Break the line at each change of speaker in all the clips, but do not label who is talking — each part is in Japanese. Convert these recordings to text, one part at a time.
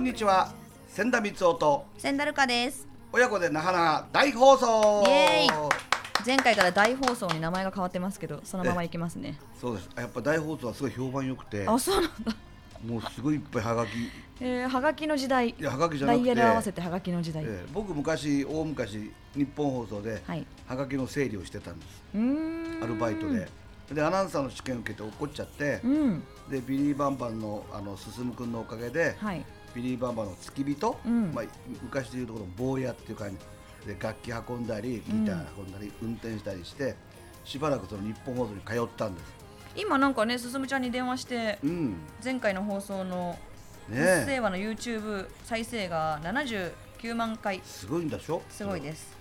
にちは千田光雄と
千田ルカです
親子でなはなは大放送
イエー前回から大放送に名前が変わってますけどそのままいきますね
そうですやっぱ大放送はすごい評判良くて
あそうなんだ
もうすごいいっぱいはがき、
えー、はがきの時代
いやはがきじゃ
ダ
なくて
イヤル合わせてはがきの時代、
えー僕昔大昔日本放送で
はい
はがきの整理をしてたんです
うーん
アルバイトででアナウンサーの試験受けて落っこっちゃって
うん
でビリーバンバンのあの進君のおかげで
はい
ビリーバンバンの付き人、
うん
まあ、昔でいうところの坊やっていう感じで楽器運んだりギター運んだり、運転したりしてしばらくその日本放送に通ったんです。
今なんかねすすむちゃんに電話して
うん、
前回の放送の「
ね
うっせ
え
ぇわ」の YouTube 再生が79万回
すごいんでしょ
すごいです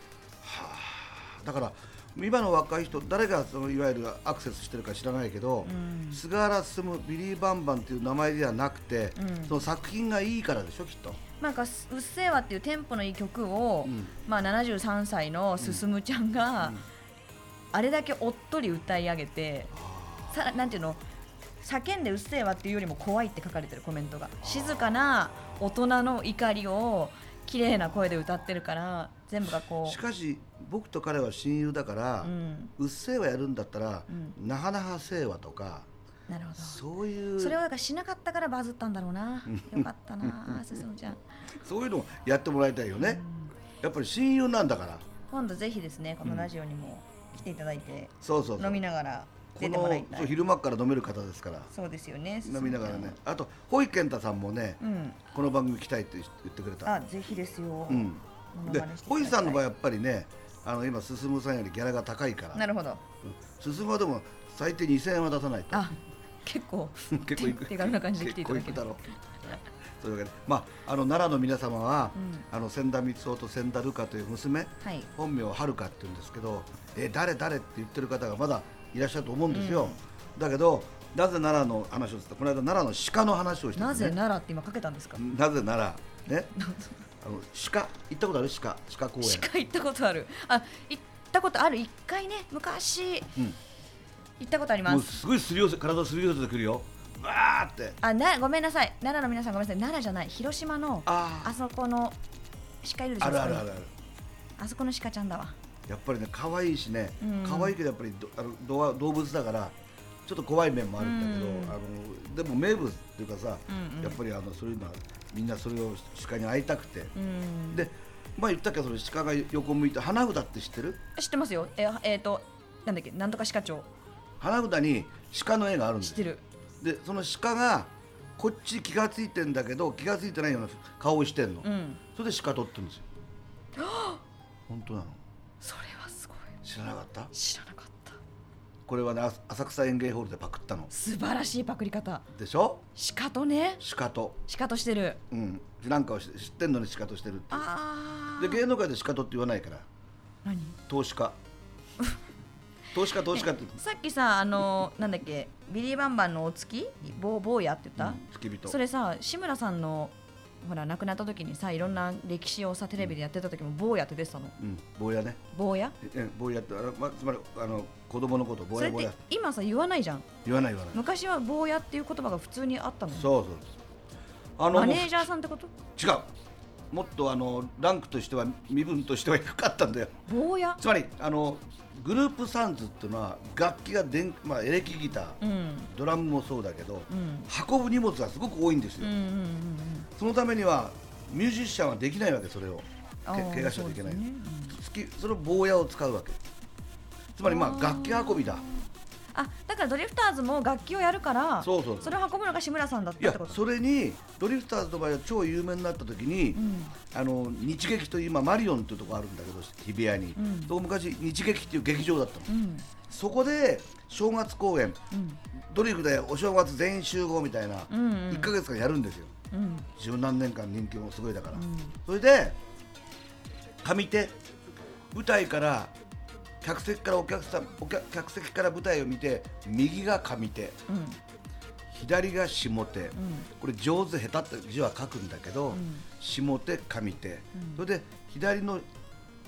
だから今の若い人誰がそのいわゆるアクセスしてるか知らないけど、
うん
菅原進ビリー・バンバンっていう名前ではなくて、
うん
その作品がいいからでしょきっと。
なんかす「うっせぇわ」っていうテンポのいい曲を、
うん
まあ、73歳のすすむちゃんが、あれだけおっとり歌い上げてさらなんていうの叫んで「うっせぇわ」っていうよりも怖いって書かれてるコメントが静かな大人の怒りを綺麗な声で歌ってるから全部がこ
しかし僕と彼は親友だから、
う、うん、
うっせぇわやるんだったら、
うん
なはなはせぇわとか
なるほど
そういう
それをだからしなかったからバズったんだろうなよかった なすすむちゃん
そういうのをやってもらいたいよね、やっぱり親友なんだから
今度ぜひですねこのラジオにも来ていただいて、
そうそうそう
飲みながら出
こ
てもら
の
いた
そう
い
昼間から飲める方ですから
そうですよね。
飲みながらねあとほいけんたさんもね、
うん。
この番組来たいって言ってくれた
あ、ぜひですよ。
うん
モノ
で
マネしていただきたい
ほいさんの場合やっぱりねあの今進さんよりギャラが高いから
なるほど。
進はでも最低2000円は出さないと
あ、結構
結構いく
手手軽な感じで来ていただけ
結
る
構いくだろうというわけで、まあ、あの奈良の皆様は、
うん
あの千田光雄と千田ルカという娘
はい。
本名はるかって言うんですけどえ誰誰って言ってる方がまだいらっしゃると思うんですよ、だけどなぜ奈良の話をしたこの間奈良の鹿の話をして
な
たのね
ぜ奈良って今かけたんですか。
なぜならねあの鹿行ったことある鹿鹿公園
鹿行ったことある。あ、行ったことある。一回ね、昔
うん
行ったことあり
も
ま
う
す。
すごいすり寄せ体すり寄せてくるよわーって
あ、な、ごめんなさい。奈良の皆さんごめんなさい。奈良じゃない。広島の
あー
あそこの鹿いるでしょ。
あるある
そこ
あるあ
に
る
あそこの鹿ちゃんだわ。
やっぱりね可愛いしね、
うん
可愛いけどやっぱりどあのどわ動物だからちょっと怖い面もあるんだけど、
うん
あのでも名物っていうかさ、
うんうん
やっぱりあのそういうのはみんなそれを鹿に会いたくて、
うん。
でまあ言ったけどその鹿が横向いて花札って知ってる
知ってますよ。え、えっ、と、なんだっけ、なんとか鹿町。
花札に鹿の絵があるんで
知っ
す
てる。
でその鹿がこっち気がついてんだけど気がついてないような顔をしてんの、
うん。
それで鹿取って るんですよ本当なの
それはすごい。
知らなかった
知らなかった。
これはねあ浅草園芸ホールでパクったの
素晴らしいパクリ方
でしょ
鹿とね
鹿と
鹿としてる
うんなんかをし知ってんのに鹿としてるっていう
あ
で芸能界で鹿とって言わないから
何
投 資家投資家投資家って
さっきさあのなんだっけビリーバンバンのお月坊坊やって言っ
うん付き
た
人
それさ志村さんのほら亡くなった時にさいろんな歴史をさテレビでやってた時も坊やって出てたの
うん坊やね
坊や
ええ坊やってあの、ま、つまりあの子供のこと坊
それ
や
っ
坊
て
や
今さ言わないじゃん
言わない言わない
昔は坊やっていう言葉が普通にあったのよ
そうそうそうあ
マ
もう
ネージャーさんってこと
違うもっとあのランクとしては身分としては低かったんだよ
坊や
つまりあのグループサウンズっていうのは楽器が電、まあ、エレキギター、
うん
ドラムもそうだけど、
うん
運ぶ荷物がすごく多いんです
うんう
よ、
んうんうん
そのためにはミュージシャンはできないわけそれをけ
あー
怪我しちゃいけない
そう
そ,、
ですね
それを坊やを使うわけつまりまあ楽器運びだ
あだからドリフターズも楽器をやるから
そうそう
れを運ぶのが志村さんだっ
い
たっ
や
てこと
それにドリフターズの場合は超有名になった時に、
うん
あの日劇という今マリオンというところあるんだけど日比谷に、
うん
そこ昔日劇っていう劇場だったの
うん
そこで正月公演
うん
ドリフでお正月全員集合みたいな
うんうん
1か月間やるんですよ
うん
十何年間人気もすごいだから、
うん
それで上手舞台から客席からお客さんお客客席から舞台を見て右が上手
うん
左が下手、
うん
これ上手下手って字は書くんだけど、
ん
下手上手、それで左の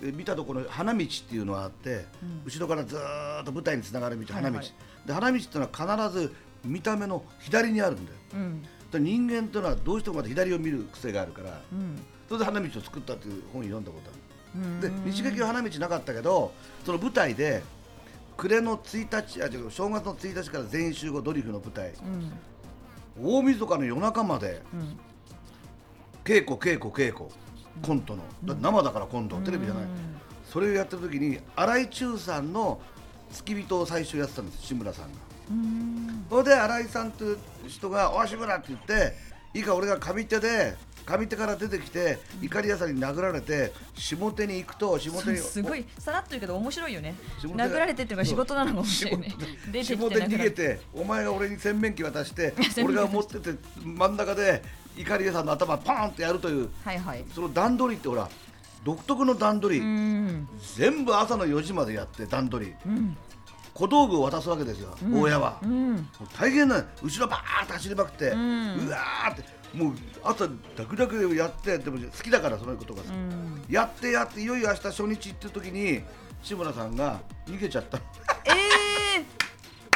え見たところの花道っていうのがあって、
うん
後ろからずーっと舞台につながる道花道、
はいはい
で花道っていうのは必ず見た目の左にあるんだよ
うん
ら人間というのはどうしてもまた左を見る癖があるから
うん
それで花道を作ったっていう本を読んだことある
うん
で西垣は花道なかったけどその舞台で暮れの1日あ違う正月の1日から全員集合ドリフの舞台
うん
大晦日の夜中まで
うん
稽古稽古稽古コントのだって生だからコントテレビじゃない
うん
それをやってる時に新井中さんの付き人を最初やってたんです志村さんが
うん
それで新井さんという人が「おい志村」って言っていいか俺が上手で上手から出てきて怒り屋さんに殴られて下手に行くと下手に
すごいさらっと言うけど面白いよね
下手が
殴られてっていうのが仕事なの かもしれない
そう
出てきて
下手に逃げ
殴られ
てお前が俺に洗面器渡して
洗面器
俺が持ってて真ん中で怒り屋さんの頭パーンってやるという
はいはい
その段取りってほら独特の段取り、
うん
全部朝の4時までやって段取り
うん
小道具を渡すわけですよ、大家は、
う
も
ん
う大変なの後ろバーって走りまくって、うんわーってもう朝ダクダクでやってでも好きだからそのことが、
うん
やってやっていよいよ明日初日っていう時に志村さんが逃げちゃった
ええ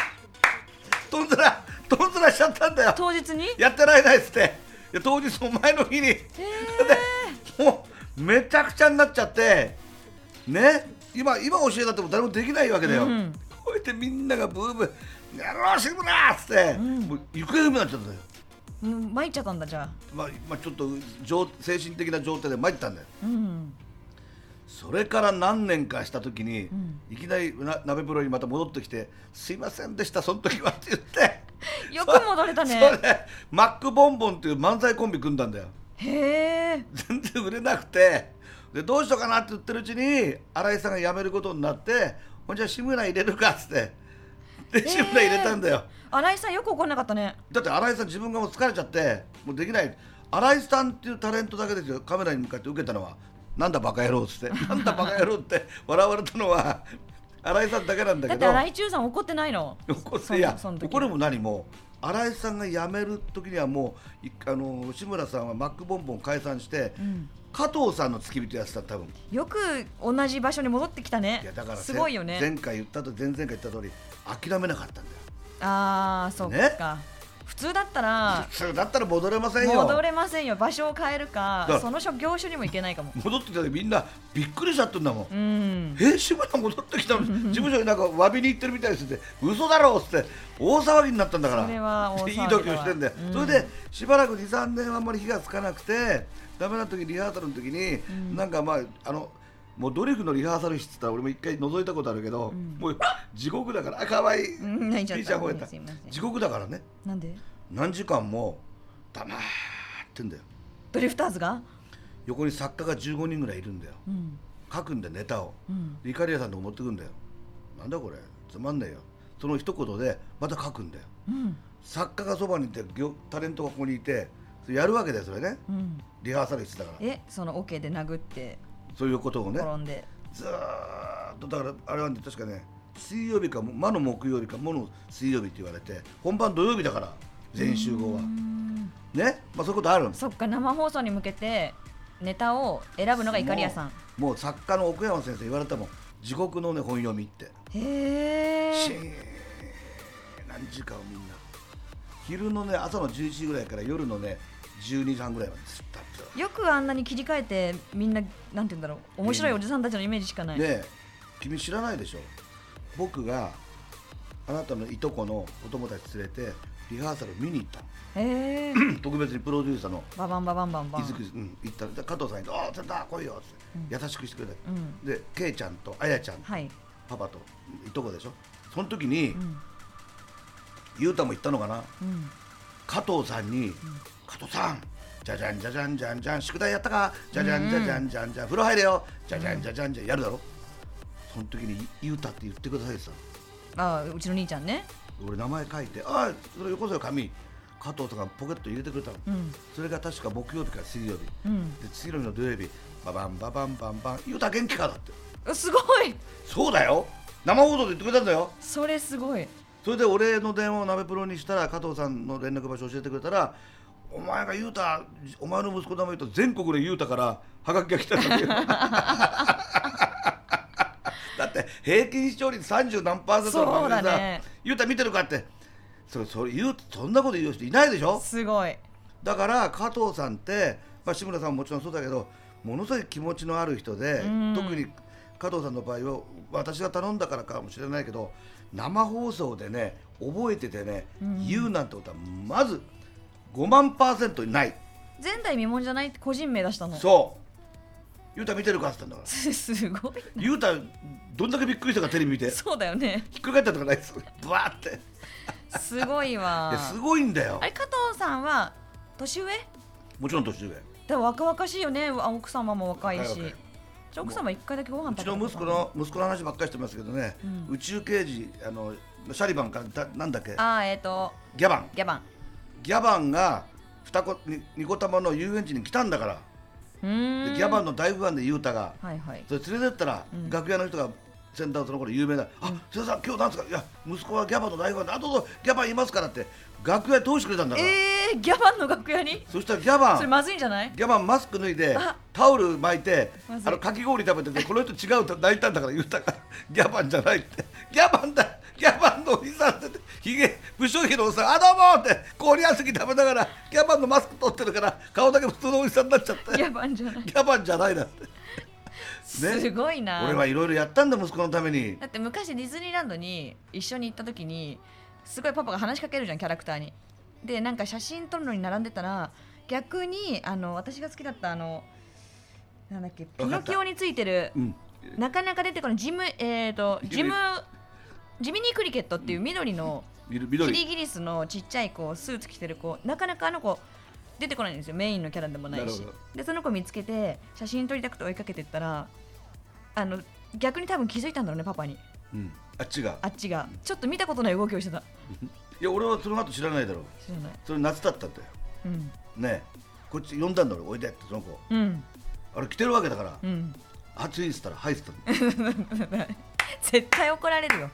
とんずらとんずらしちゃったんだよ
当日に
やってられないっつっていや当日お前の日に、でもうめちゃくちゃになっちゃってね今今教えたっても誰もできないわけだよ、
うん
こうやってみんながブーブー「やろう志村!」っつって、
ん
もう行方不明になっちゃったんだよ、
うん参っちゃったんだじゃあ
まあまあ、ちょっと状精神的な状態で参ったんだよ
うん
それから何年かした時に、
ん
いきなりな鍋プロにまた戻ってきて「すいませんでしたその時は」って言って
よく戻れた
それ
ね
でマックボンボンっていう漫才コンビ組んだんだよ
へえ
全然売れなくてでどうしようかなって言ってるうちに新井さんが辞めることになってほんじゃ志村入れるかっつってで志村入れたんだよ、
新井さんよく怒んなかったね
だって新井さん自分がもう疲れちゃってもうできない新井さんっていうタレントだけですよカメラに向かって受けたのはなんだバカ野郎っつってなんだバカ野郎って笑われたのは新井さんだけなん
だ
だけ
って
ど
新井中さん怒ってないの
怒
その
るいや
その時
怒るも何も新井さんが辞める時にはもういあの志村さんはマックボンボン解散して、
うん
加藤さんの付き人やってた多分
よく同じ場所に戻ってきたね
いやだから
すごいよね
せ前回言ったと前々回言った通り諦めなかったんだよ
ああそっか、
ね
普通だったら
それだったら戻れませんよ
戻れませんよ場所を変えるか
だから
その職業種にも行けないかも
戻ってきた時みんなびっくりしちゃってんだもん、
うん
え志村戻って きたの事務所になんか詫びに行ってるみたいですって嘘だろっつって大騒ぎになったんだから
それは大騒ぎだわ
いい時をしてんだよ、
うん
それでしばらく23年あんまり火がつかなくてダメな時リハーサルの時に、なんかまああのもうドリフのリハーサル室って言ったら俺も一回覗いたことあるけど、もう地獄だからあ可愛い
うん泣いちゃった
ピーちゃん吠えた
すいません
地獄だからね
なんで
何時間も黙ってんだよ
ドリフターズが
横に作家が15人ぐらいいるんだよ
うん
書くんでネタを、
うん
でイカリアさんとこ持ってくんだよなんだこれつまんねえよその一言でまた書くんだよ
うん
作家がそばにいてぎょタレントがここにいてそれやるわけだよそれね
うん
リハーサル室だから
えそのオ、ケで殴って
そういうことをね
転んで、
ずーっとだからあれはね確かね水曜日かも魔の木曜日か魔の水曜日って言われて本番土曜日だから全集合は
うん
ねまあそういうことあるんです
そっか生放送に向けてネタを選ぶのがイカリアさん
もうもう作家の奥山先生言われたもん地獄のね本読みって
へ
シ
え
ーン何時間をみんな昼のね朝の11時ぐらいから夜のね12時半ぐらいまでずっとやってた
よくあんなに切り替えてみんななんて言うんだろう面白いおじさんたちのイメージしかない、
ねえ君知らないでしょ僕があなたのいとこのお友達連れてリハーサル見に行った
へえ
の特別にプロデューサーの
ババンババンバンバ
伊豆
ン
くうん行ったらで加藤さんに「おおちょっと来いよ」って、優しくしてくれた、
うん
でケイちゃんとあやちゃん、
はい
パパといとこでしょその時に、
うん
ゆうたも行ったのかな
うん
加藤さんに、加藤さんじゃじゃんじゃじゃんじゃんじゃん宿題やったかじゃじゃんじゃじゃんじゃんじゃん風呂入れよじゃじゃんじゃじゃんじゃんやるだろその時に「ゆうた」って言ってくださいってさ
あうちの兄ちゃんね
俺名前書いて「あいそれよこせよ紙」加藤とかポケット入れてくれたの、
うん
それが確か木曜日から水曜日、
うん
で次の日の土曜日ババンババンバンバン「ゆうた元気か?」だって
うすごい
そうだよ生放送で言ってくれたんだよ
それすごい
それで俺の電話を鍋プロにしたら加藤さんの連絡場所教えてくれたらお前が言うたお前の息子の名前言うと全国で言うたからハガキが来 たんだけどだって平均視聴率30何パーセントの番組
そ
で
うだ
さ、
ね
言うた見てるかってそれそれ言うそんなこと言う人いないでしょ
すごい
だから加藤さんって、まあ、志村さんももちろんそうだけどものすごい気持ちのある人で、
うん
特に加藤さんの場合は私が頼んだからかもしれないけど生放送でね覚えててね、
うん
言うなんてことはまず5万パーセントない、
前代未聞じゃないって個人名出したの
そう「ゆうた見てるか?」って言ったんだから
すすごい
「ゆうたどんだけびっくりしたかテレビ見てひ
そうだよね
っくり返ったとかな いですブワーってい
すごいわ
やすご いんだよ
あれ加藤さんは年上
もちろん年上
でも若々しいよねあ奥様も若いし
若い若い
じゃあ奥様一回だけご飯
う
食べ
ち
た
の
こと
息子の息子の話ばっかりしてますけどね、
うん
宇宙刑事あのシャリバンかだなんだっけ
ああえっ、と
ギャバン
ギャバン
ギャバンが二子に二子玉の遊園地に来たんだから、
う
で
ーん
ギャバンの大ファンで雄太が
はいはい
それ連れてったら、
ん
楽屋の人がセンターその頃有名な「あ瀬田さん今日なんですかいや息子はギャバンの大ファンであとギャバンいますから」って楽屋に通してくれたんだから、
えー、ギャバンの楽屋に
そしたらギャバ
それ
ン
まずいんじゃない
ギャバンマスク脱いで
あ
タオル巻いて
まずい
あのかき氷食べててこの人違うと泣いたんだから言うたから ギャバンじゃないってギャバンだギャバンのおじさんだってひげ不祥ひのおじさんあどうもって氷あすぎ食べながらギャバンのマスク取ってるから顔だけ普通のおじさんになっちゃって
ギャバンじゃない、
ギャバンじゃないなって
すごいな
俺はいろいろやったんだ息子のために
だって昔ディズニーランドに一緒に行った時にすごいパパが話しかけるじゃんキャラクターにでなんか写真撮るのに並んでたら逆にあの私が好きだったあのなんだっけピ
わか
ノ
った
キオについてる
うん
なかなか出てこないジムえっ、とジ
ジム
ムジミニークリケットっていう緑の
み
キリ
緑
ギリスのちっちゃい子スーツ着てる子なかなかあの子出てこないんですよメインのキャラでもないし
なるほ
でその子見つけて写真撮りたくて追いかけてったらあの逆に多分気づいたんだろうねパパに
うんあっちが
あっちがちょっと見たことない動きをしてた
いや俺はその後知らないだろう
知らない
それ夏だったんだよ
うん
ねえこっち呼んだんだろおいでってその子
うん
あれ来てるわけだから
うん
暑いっつったら「はい」っつったの
絶対怒られるよ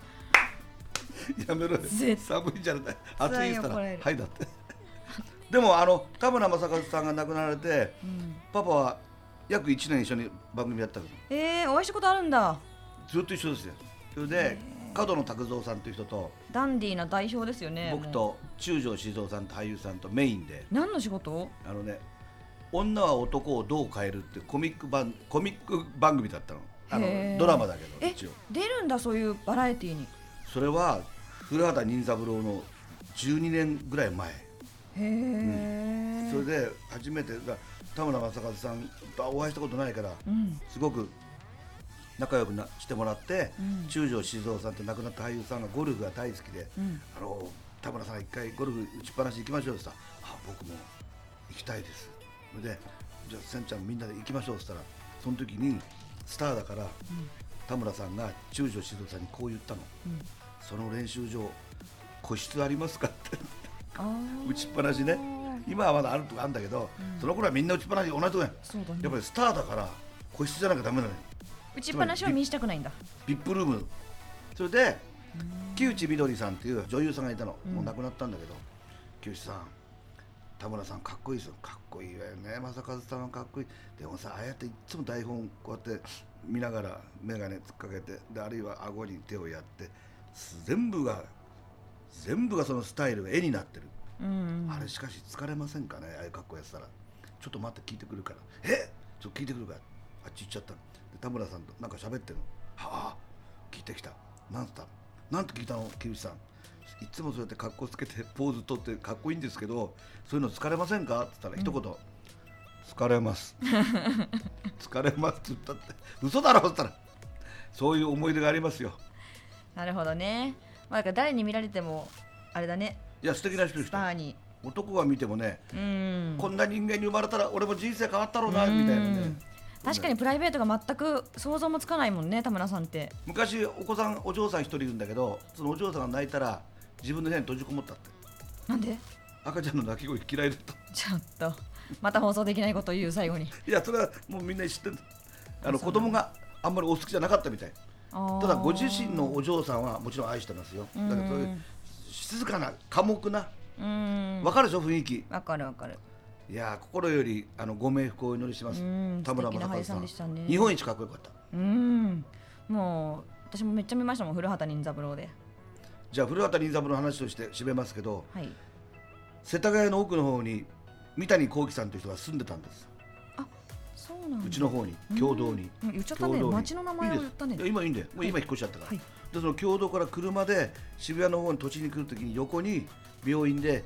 やめろよ
絶
寒いじゃない暑いっつったら
怒られ
「
る
はい」だってでもあの田村正和さんが亡くなられてパパは約1年一緒に番組やったけど
えー、お会いしたことあるんだ
ずっと一緒ですよそれで角野卓造さんという人と
ダンディーな代表ですよね
僕
も
と中条静雄さんと俳優さんとメインで
う何の仕事
あのね「女は男をどう変える」ってコミック番コミック番組だったのあ
へー
のドラマだけど
え
一応
出るんだそういうバラエティーに
それは古畑任三郎の12年ぐらい前
へえ、
それで初めてだ田村正和さんとはお会いしたことないから
うん
すごく仲良くなしてもらって、
うん
中条静雄さんって亡くなった俳優さんがゴルフが大好きで、
うん
あの田村さん一回ゴルフ打ちっぱなし行きましょうって言ったらあ僕も行きたいですそれでじゃあせんちゃんみんなで行きましょうって言ったらその時にスターだから、田村さんが中条静雄さんにこう言った
ん
の、その練習場個室ありますかって
あー
打ちっぱなしね今はまだあるとこあるんだけど、その頃はみんな打ちっぱなし同じとこやん
そうだ
やっ
ね
ぱりスターだから個室じゃなきゃダメなのよ
打ちっぱなしは見したくないんだ
ビップルームそれで木内みどりさんっていう女優さんがいたの、
うん
もう亡くなったんだけど木内さん田村さんかっこいいですよかっこいいわよね正和さんはかっこいいでもさああやっていっつも台本こうやって見ながら眼鏡つっかけてであるいは顎に手をやってす全部が全部がそのスタイルが絵になってる
うん
あれしかし疲れませんかねああいう格好やってたらちょっと待って聞いてくるからえちょっと聞いてくるからあっち行っちゃったので田村さんとなんか喋ってるのはあ聞いてきたなんつったなんて聞いたの木内さんいつもそうやって格好つけてポーズ取ってかっこいいんですけどそういうの疲れませんかって言ったら一言、疲れます 疲れますって言ったって嘘だろって言ったらそういう思い出がありますよ
なるほどねまあだから誰に見られてもあれだね
いや素敵な人で
ス
し
タ
た
ーに
男が見てもね
うん
こんな人間に生まれたら俺も人生変わったろうなみたいな
う
ね
ん確かにプライベートが全く想像もつかないもんね田村さんって
昔お子さんお嬢さん一人いるんだけどそのお嬢さんが泣いたら自分の部屋に閉じこもったって
なんで
赤ちゃんの泣き声嫌いだった
ちょっとまた放送できないことを言う最後に
いやそれはもうみんな知ってるあの子供があんまりお好きじゃなかったみたい ただご自身のお嬢さんはもちろん愛してますよだからそういううん静かな寡黙な
うん
わかるでしょ雰囲気
わかるわかる
いやー心よりあのご冥福をお祈りします
うん
田村
素敵
正
な俳
和
優さ
さ
んで
ん
したね
日本一かっこよかった
うんもう私もめっちゃ見ましたもん古畑任三郎で
じゃあ古畑任三郎の話として締めますけど
はい
世田谷の奥の方に三谷幸喜さんという人が住んでたんです、
そうなんだ
うちの方に共同に、
うん言っちゃったね
共同に
町の名前を言った
い
ね
いですいや今いいんだよもう今引っ越しちゃったから、
はい
でその共同から車で渋谷の方に土地に来るときに横に病院で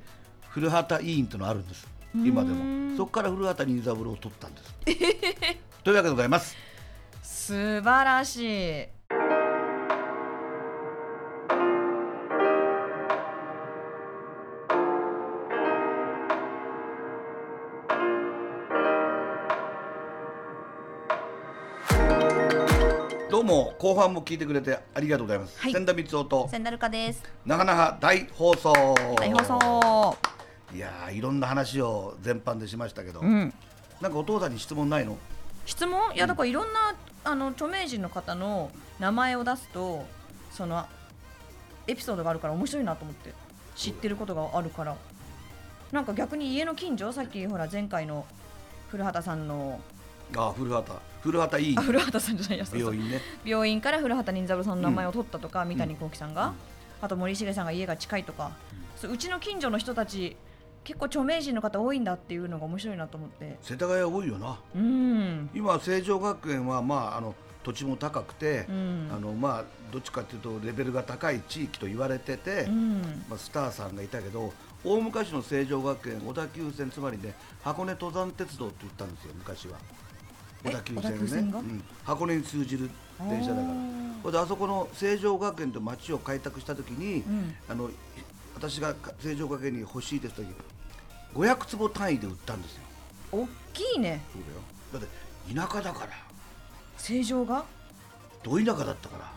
古畑医院というのがあるんです今で
うー
も
ん
そこから古畑任三郎を取ったんです というわけでございます
素晴らしい
どうも後半も聞いてくれてありがとうございます、
はい
千田光夫と
千ダルカです
なかなか大放送
大放送
いやーいろんな話を全般でしましたけど、
うん
なんかお父さんに質問ないの
質問いやだからいろんな、あの著名人の方の名前を出すとそのエピソードがあるから面白いなと思って知ってることがあるからなんか逆に家の近所さっきほら前回の古畑さんの
あー古畑古畑医院
あ古畑さんじゃないやそうそう
病院ね
病院から古畑任三郎さんの名前を取ったとか、三谷幸喜さんが、あと森重さんが家が近いとか、うそううちの近所の人たち結構著名人の方多いんだっていうのが面白いなと思って
世田谷多いよな
うん
今成城学園はまああの土地も高くて、
うん
あのまあどっちかというとレベルが高い地域と言われてて、
うん
まあ、スターさんがいたけど大昔の成城学園小田急線つまりね箱根登山鉄道って言ったんですよ昔は
え
小田急
小田急
線
線
ね、
が
うん箱根に通じる電車だから
あー
それであそこの成城学園と町を開拓した時に、
ん
あのい私が成城学園に欲しいですと時500坪単位で売ったんですよ
大きいね
そうだよだって田舎だから
正常が
ど田舎だったから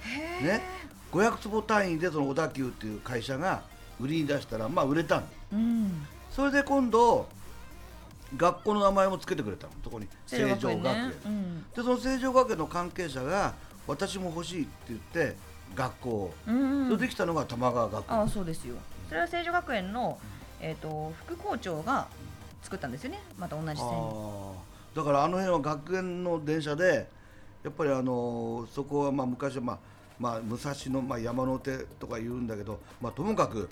へ
ね、500坪単位でその小田急っていう会社が売りに出したらまあ売れたの
うん
それで今度学校の名前も付けてくれたのそこに成城学園
ねうん
でその成城学園の関係者が私も欲しいって言って学校を、
うん
そうれ
ん
できたのが玉川学
あ
園
あそうですよそれは成城学園の、えー、と副校長が作ったんですよねまた同じ線に
あーだからあの辺は学園の電車でやっぱりあのーそこはまあ昔はまあまあ武蔵野、まあ、山の手とか言うんだけど、まあ、ともかく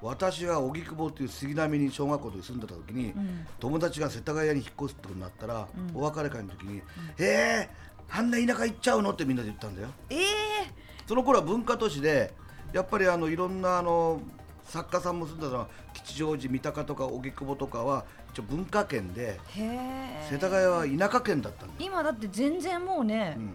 私が荻窪っていう杉並に小学校で住んでた時に、
ん
友達が世田谷に引っ越すってことになったら、お別れ会の時に「へえあんな田舎行っちゃうの?」ってみんなで言ったんだよ。
ええ
その頃は文化都市でやっぱりあのいろんなあの作家さんも住んだのは吉祥寺三鷹とか荻窪とかは一応文化圏で。
へえ
世田谷は田舎県だったんだよ、
今だって全然もうね、
うん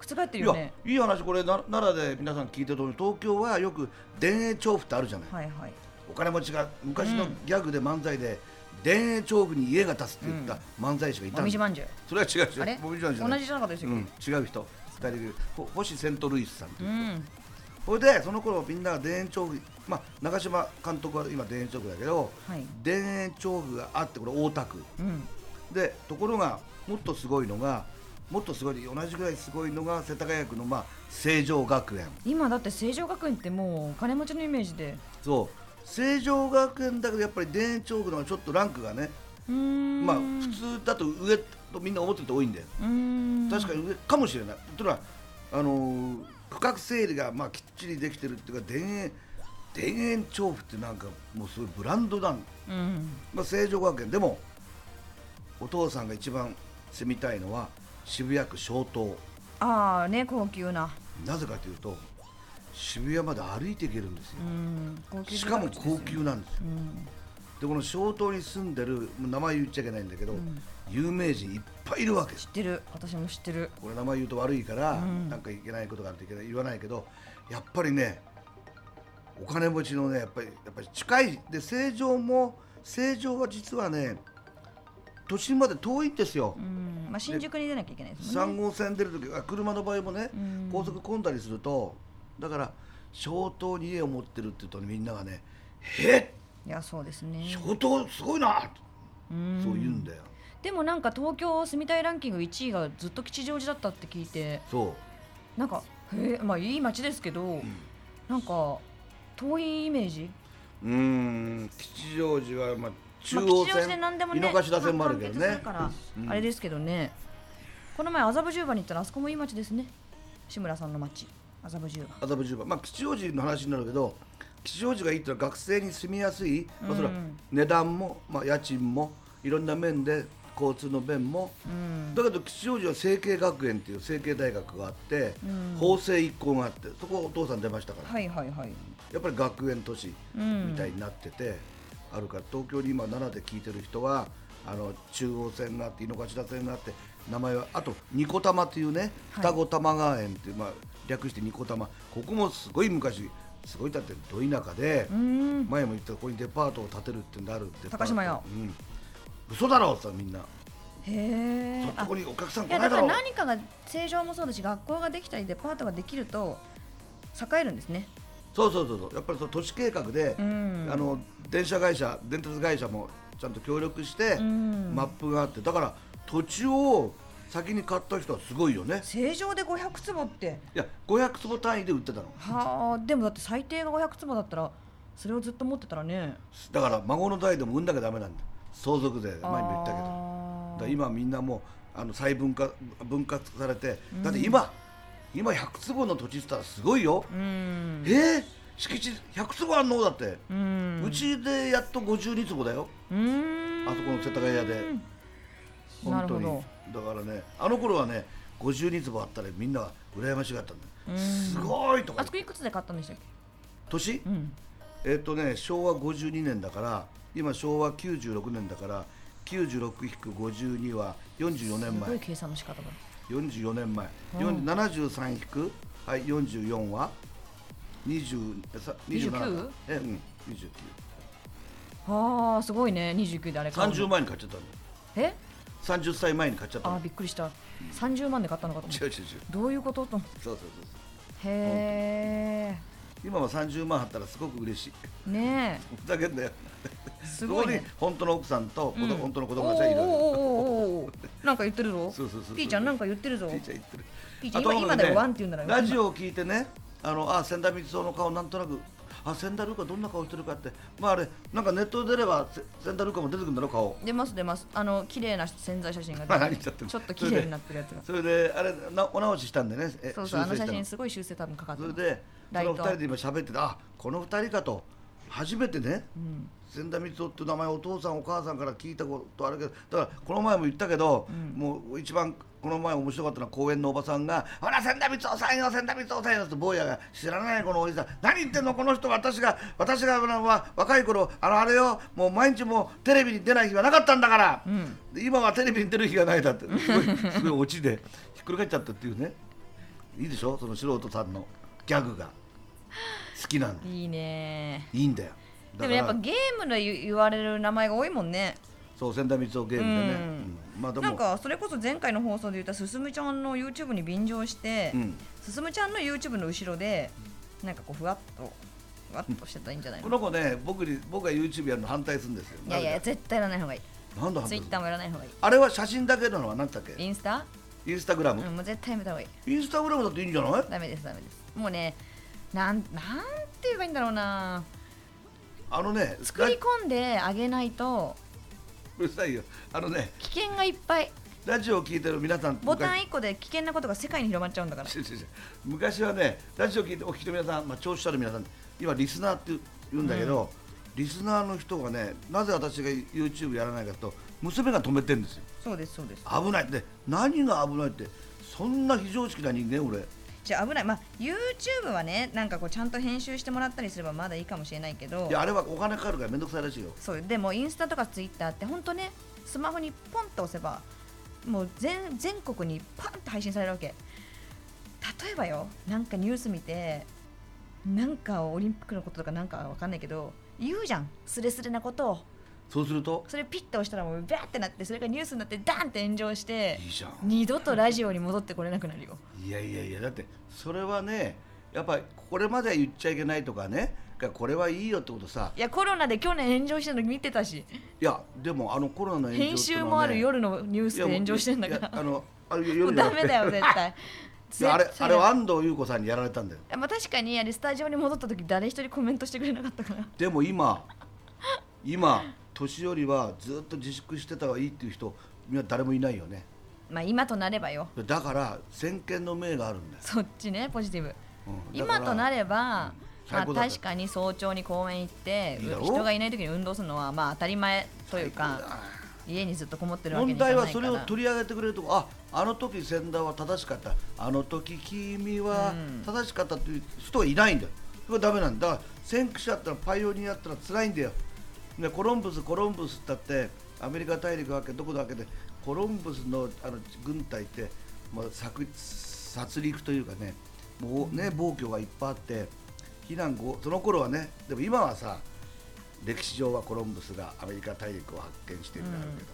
覆って
い
るよ
や
ね
いい話これな奈良で皆さん聞いてると思う東京はよく田園調布ってあるじゃない、
はいはい
お金持ちが昔のギャグで漫才で、田園調布に家が建つって言った漫才師がいた
も
ん
み
です
じまんじゅう
それは違
あ
う違
れ
うもみじまんじゃな
同
い
じじゃなかったでしたっけ
うん、違う人二人いるほ星セントルイスさんと
う
いうんそれでその頃みんなが田園調布まあ長嶋監督は今田園調布だけど、
はい
田園調布があってこれ大田区、
うん
でところがもっとすごいのがもっとすごい同じぐらいすごいのが世田谷区のまあ成城学園
今だって成城学園ってもうお金持ちのイメージで
そう成城学園だけどやっぱり田園調布の方がちょっとランクがね
うーん
まあ普通だと上とみんな思ってると多いんだよ
うーん
確かに上かもしれないというのはあのー区画整理がまあきっちりできてるっていうか田園田園調布ってなんかもうすごいブランドなん
うん
まあ、成城学園でもお父さんが一番住みたいのは渋谷区松濤
ああね高級な
なぜかというと渋谷まで歩いていけるんですよ
う、ん高級
しかも
住宅地ですよ
高級なんですよ
うん
でこの小島に住んでる名前言っちゃいけないんだけど、有名人いっぱいいるわけです
知ってる私も知ってる
これ名前言うと悪いから、
うん
なんかいけないことがあるといけない言わないけどやっぱりねお金持ちのねやっぱりやっぱり近いで成城も成城は実はね都心まで遠いんですよ、
うんまあ新宿に出なきゃいけないですもん
3
ね
号線出るとき車の場合もね、
うん
高速混んだりするとだから小島に家を持ってるって言うとみんながね「え
いやそうですね
小島すごいな!」
うん
そう言うんだよ、
でもなんか東京住みたいランキング1位がずっと吉祥寺だったって聞いて
そう
なんかへえまあいい街ですけど、なんか遠いイメージ
うーん吉祥寺は、まあ、中
まあ
央
吉祥寺で
線、
何でもね
井の頭線もあるけ
完結
ど
す
ね
るから、
うん
あれですけどねこの前麻布十番に行ったらあそこもいい街ですね志村さんの街麻布十番
麻布十番まあ吉祥寺の話になるけど吉祥寺がいいってのは学生に住みやすい、まあ、それは値段も、まあ、家賃もいろんな面で交通の便も、だけど吉祥寺は成蹊学園っていう成蹊大学があって、法政一校があってそこお父さん出ましたから、
はいはいはい
やっぱり学園都市
うん
みたいになってて、あるから東京に今奈良で聞いてる人はあの中央線があって井の頭線があって名前はあと二子玉っていうね
はい
二子玉川園っていう、まあ、略して二子玉ここもすごい昔すごいだってど田舎で
うー、ん
前も言ったここにデパートを建てるってなるって
高島屋
うん嘘だろって言ったのみんな、
へえ
そこにお客さん
い
来
や
ない
だか
だ
ら
ろう
何かが正常もそうだし学校ができたりデパートができると栄えるんですね
そうそうそうそうやっぱりその都市計画で、
うん
あの電車会社電鉄会社もちゃんと協力して、
うん
マップがあってだから土地を先に買った人はすごいよね
正常で500坪って
いや500坪単位で売ってたの
はあでもだって最低が500坪だったらそれをずっと持ってたらね
だから孫の代でも産んだきゃダメなんだ相続税前にも言ったけ
あ
どだか
ー
ら今みんなもうあの細分化分割されてだって今、今100坪の土地って言ったらすごいよ、
うん
えー敷地100坪あんのだって、
うん
うちでやっと52坪だよ
うーん
あそこの世田谷で
な
本
る
当
ほ
に
ど
だからねあの頃はね52坪あったらみんなが羨ましがったんだよすごいとか
あそこいくつで買ったんでしたっけ
年
うん
えっとね昭和52年だから今昭和96年だから96-52は44年
すご
前
い計算の仕方だ
44年前、
うん
四73引く、はい、44は20さ
29?
えうん29
あーすごいね29であれ買うの
30万円買っちゃったの
え
30歳前に買っちゃった
あ
の
ーびっくりした30万で買ったのかと思っ
違
た
う違う違う
どういうことと思って
そうそうそうそう
へ
今は30万あったらすごく嬉 しい
えね
ふざけんだよ
えすごいね
そこに本当の奥さんと、
うん
本当の子
おー
供
お
たちがいるわけ
ーおー おーおーなんか言ってるぞ
そうそうそうそう
ピーちゃんなんか言ってるぞ
ピーちゃん言ってる。
ピーちゃん
あと
今今だよワンって言うんだろ
ラジオを聞いてね、あのあ千田光雄の顔なんとなく、あ千田ルカどんな顔してるかって、まああれなんかネットで出ればせ千田ルカも出てくるんだろ顔。
出ます出ますあの綺麗な潜在写真が
まあ
出
何
て
言っちゃっても
ちょっと綺麗になってるや つが
それであれなお直ししたんでね、え
そうそうあの写
修正した
真すごい修正多分かかって
それ
る
でそ
ライ
の
ト
二人で今喋ってて、あこの二人かと初めてね。
うん
千田光雄って名前お父さんお母さんから聞いたことあるけどだからこの前も言ったけど、もう一番この前面白かったのは公園のおばさんが「ほら千田光雄さんよ千田光雄さんよ」って坊やが「知らないこのおじさん何言ってんのこの人私が私があのわ若い頃あのあれよもう毎日もうテレビに出ない日はなかったんだから、で今はテレビに出る日がないだ」ってすごいすごいオチでひっくり返っちゃったっていうねいいでしょその素人さんのギャグが好きなの
いいね
いいんだよ。だ
で
から
もやっぱゲームで言言われる名前が多いもんね
そう千田光雄ゲームでね、
うん
うんまあでも
なんかそれこそ前回の放送で言ったすすむちゃんの YouTube に便乗して、
うん
すすむちゃんの YouTube の後ろでなんかこうふわっとふわっとしてたらいいんじゃない
こ
の、
の子ね僕に僕が YouTube やるの反対するんですよ
いやいや
なんで
絶対やらない方がいい
なんで反対する
Twitter もやらない方がいい
あれは写真だけなのは何だっけ
インスタ、
インスタグラ
う
ム、
ん、もう絶対やめた方がいい
インスタグラムだっていいんじゃない
ダメですダメですもうねなんなんて言えばいいんだろうな
あのね
作り込んであげないと
うるさいよあのね
危険がいっぱい
ラジオを聞いてる皆さん
ボタン1個で危険なことが世界に広まっちゃうんだから
昔違う違う違う昔はねラジオ聞いてお聞きの皆さん、まあ、聴取者の皆さん今リスナーって言うんだけど、リスナーの人がねなぜ私が YouTube やらないかと娘が止めてるんですよ
そうですそうです
危ないって何が危ないってそんな非常識な人間俺
じゃあ危ないまあ YouTube はねなんかこうちゃんと編集してもらったりすればまだいいかもしれないけど
いやあれはお金かかるから面倒くさいらしいよ
そうでもインスタとかツイッターって本当ねスマホにポンと押せばもう全全国にパンと配信されるわけ例えばよなんかニュース見てなんかオリンピックのこととかなんかわかんないけど言うじゃんスレスレなことを
そうすると
それピッと押したらもうバーってなってそれがニュースになってダンって炎上して
いいじゃん
二度とラジオに戻ってこれなくなるよ
いやいやいやだってそれはねやっぱこれまでは言っちゃいけないとかねがこれはいいよってことさ
いやコロナで去年炎上してるの見てたし
いやでもあのコロナの炎上ってのはね、
編集もある夜のニュースで炎上してんだか
い
ら
やもういやあのあれ
も
夜
う
じゃな
ダ
くて
メだよ絶対
いやあれ
絶
あ
対
れは安藤優子さんにやられたんだよ
まあ、確かにあれスタジオに戻った時誰一人コメントしてくれなかったから
でも今今年寄りはずっと自粛してた方がいいっていう人みんな誰もいないよね
まあ今となればよ
だから先見の明があるんだよ
そっちねポジティブ
うんだから
今となれば、ま
最
あ、
高だね
確かに早朝に公園行って
いいだろ
人がいない時に運動するのはまあ当たり前というか家にずっとこもってるわけ
問
にいかない
題
から
はそれを取り上げてくれるとこああの時先代は正しかったあの時君は
うん
正しかったという人はいないんだよこれダメなんだだから先駆者だったらパイオニアだったら辛いんだよでコロンブスコロンブスってだってアメリカ大陸わけどこだわけでコロンブスのあの軍隊って、まあ、殺殺戮というかねもうね暴挙がいっぱいあって避難後その頃はねでも今はさ歴史上はコロンブスがアメリカ大陸を発見してるんだけども、だか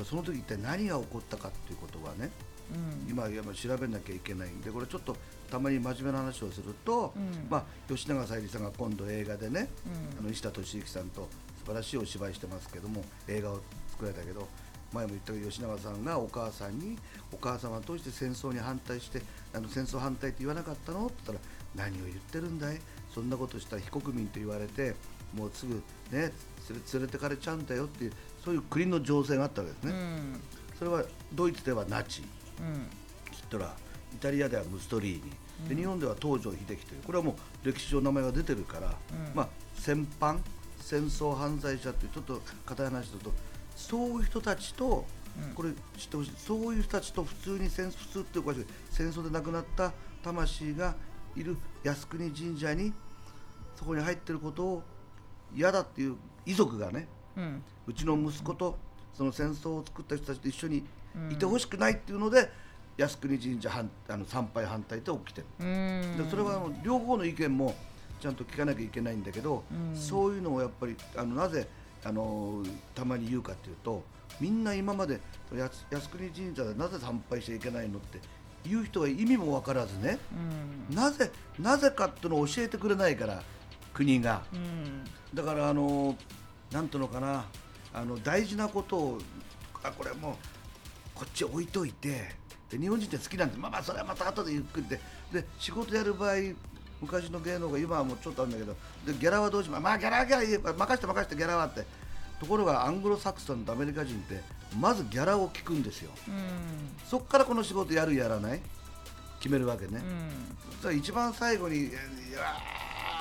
らその時一体何が起こったかっていうことはね
うん
今やっぱ調べなきゃいけないんでこれちょっとたまに真面目な話をすると、
うん
まあ、吉永小百合さんが今度映画でね、
うん
あの石田敏行さんと素晴らしいお芝居してますけども映画を作られたけど前も言ったけど吉永さんがお母さんにお母様を通して戦争に反対してあの戦争反対って言わなかったのって言ったら何を言ってるんだいそんなことしたら非国民と言われてもうすぐね連れ連れてかれちゃうんだよっていうそういう国の情勢があったわけです
う
ね、
ん
それはドイツではナチ
うん
ヒトラーイタリアではムストリーニで日本では東條英機というこれはもう歴史上名前が出てるから、
うん
まあ戦犯戦争犯罪者っていうちょっと硬い話だとそういう人たちと、
うん
これ知ってほしいそういう人たちと普通に戦普通っておかしい戦争で亡くなった魂がいる靖国神社にそこに入ってることを嫌だっていう遺族がね
うん
うちの息子とその戦争を作った人たちと一緒にいてほしくないっていうので、靖国神社反あの参拝反対って起きてる、
うん
でそれはあの両方の意見もちゃんと聞かなきゃいけないんだけど、
うん
そういうのをやっぱりあのなぜあのたまに言うかっていうとみんな今までやす靖国神社でなぜ参拝しちゃいけないのって言う人は意味も分からずね
うん
なぜなぜかっていうのを教えてくれないから国が。
うん
だからあのなんとのかなあの大事なことをあこれもうこっち置いといてで日本人って好きなんでまあまあそれはまた後でゆっくりでで仕事やる場合昔の芸能が今はもうちょっとあるんだけどでギャラはどうしままあギャラはギャラ言えば任して任してギャラはってところがアングロサクソンとアメリカ人ってまずギャラを聞くんですよ
うん
そっからこの仕事やるやらない決めるわけ
う
ね、
ん
そしたら一番最後にいや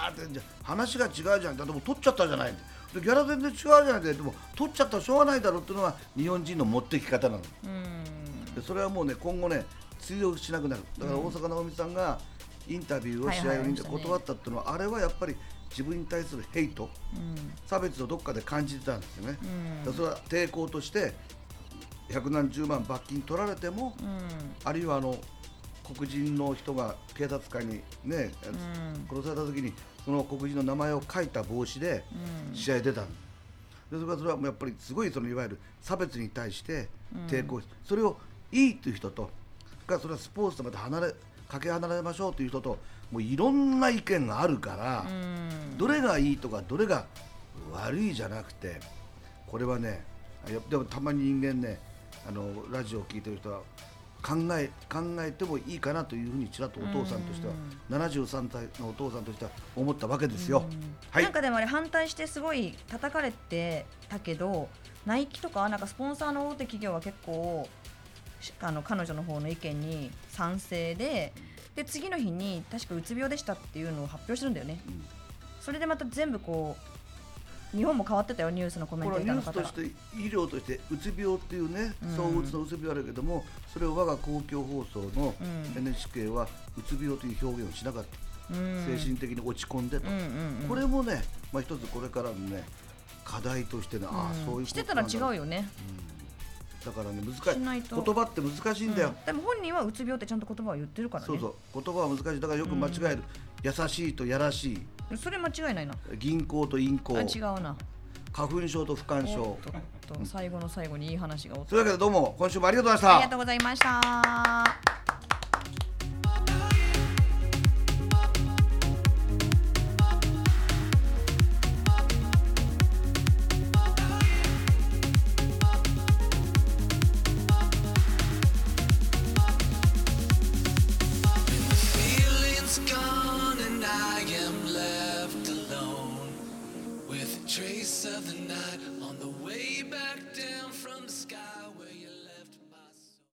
ーってじゃ話が違うじゃんだってもう取っちゃったじゃないでギャラ全然違うじゃないででも取っちゃったらしょうがないだろうっていうのは日本人の持ってき方なの
うん
でそれはもうね今後ね通用しなくなるだから大坂なおみさんがインタビューを
はい
試
はい
合を見て
ありましたね
断ったっていうのは、あれはやっぱり自分に対するヘイト
うん
差別をどっかで感じてたんですよね、
うん
だからそれは抵抗として百何十万罰金取られても、
うん
あるいはあの黒人の人が警察官に、ね
ん
殺された時にその黒人の名前を書いた帽子で試合に出たの、でそれはそれはもうやっぱりすごいそのいわゆる差別に対して抵抗し、それをいいという人とがそれはスポーツとまた離れかけ離れましょうという人ともういろんな意見があるから、
うん
どれがいいとかどれが悪いじゃなくてこれはねあやっぱでもたまに人間ねあのラジオを聞いてる人は考え考えてもいいかなというふうにちらっとお父さんとしては73歳のお父さんとしては思ったわけですよ。はい
なんかでもあれ反対してすごい叩かれてたけどナイキとかなんかスポンサーの大手企業は結構しあの彼女の方の意見に賛成でで次の日に確かうつ病でしたっていうのを発表してるんだよね
うん
それでまた全部こう日本も変わってたよニュースのコメン
これ
テ
は
ー
ニ
ター
ュ
の
ース
方
と
が
して医療としてうつ病っていうね
うん
そううつのうつ病あるけどもそれを我が公共放送の
うん
NHK はうつ病という表現をしなかっ
う
た
ん
精神的に落ち込んでと
うんうんうん
これもね、まあ、一つこれからのね課題としてね、あ
うん
あそういうこと
してたら違うよね
だからね難し
し
い
ないと
言葉って難しいんだよ、
うんでも本人はうつ病ってちゃんと言葉を言ってるからね
そうそう言葉は難しいだからよく間違える、優しいとやらしい
それ間違いないな
銀行と陰行
あ違うな
花粉症と不感
お
症
っとっと最後の最後にいい話がおっと
というわけでどうも今週もありがとうございました
ありがとうございました。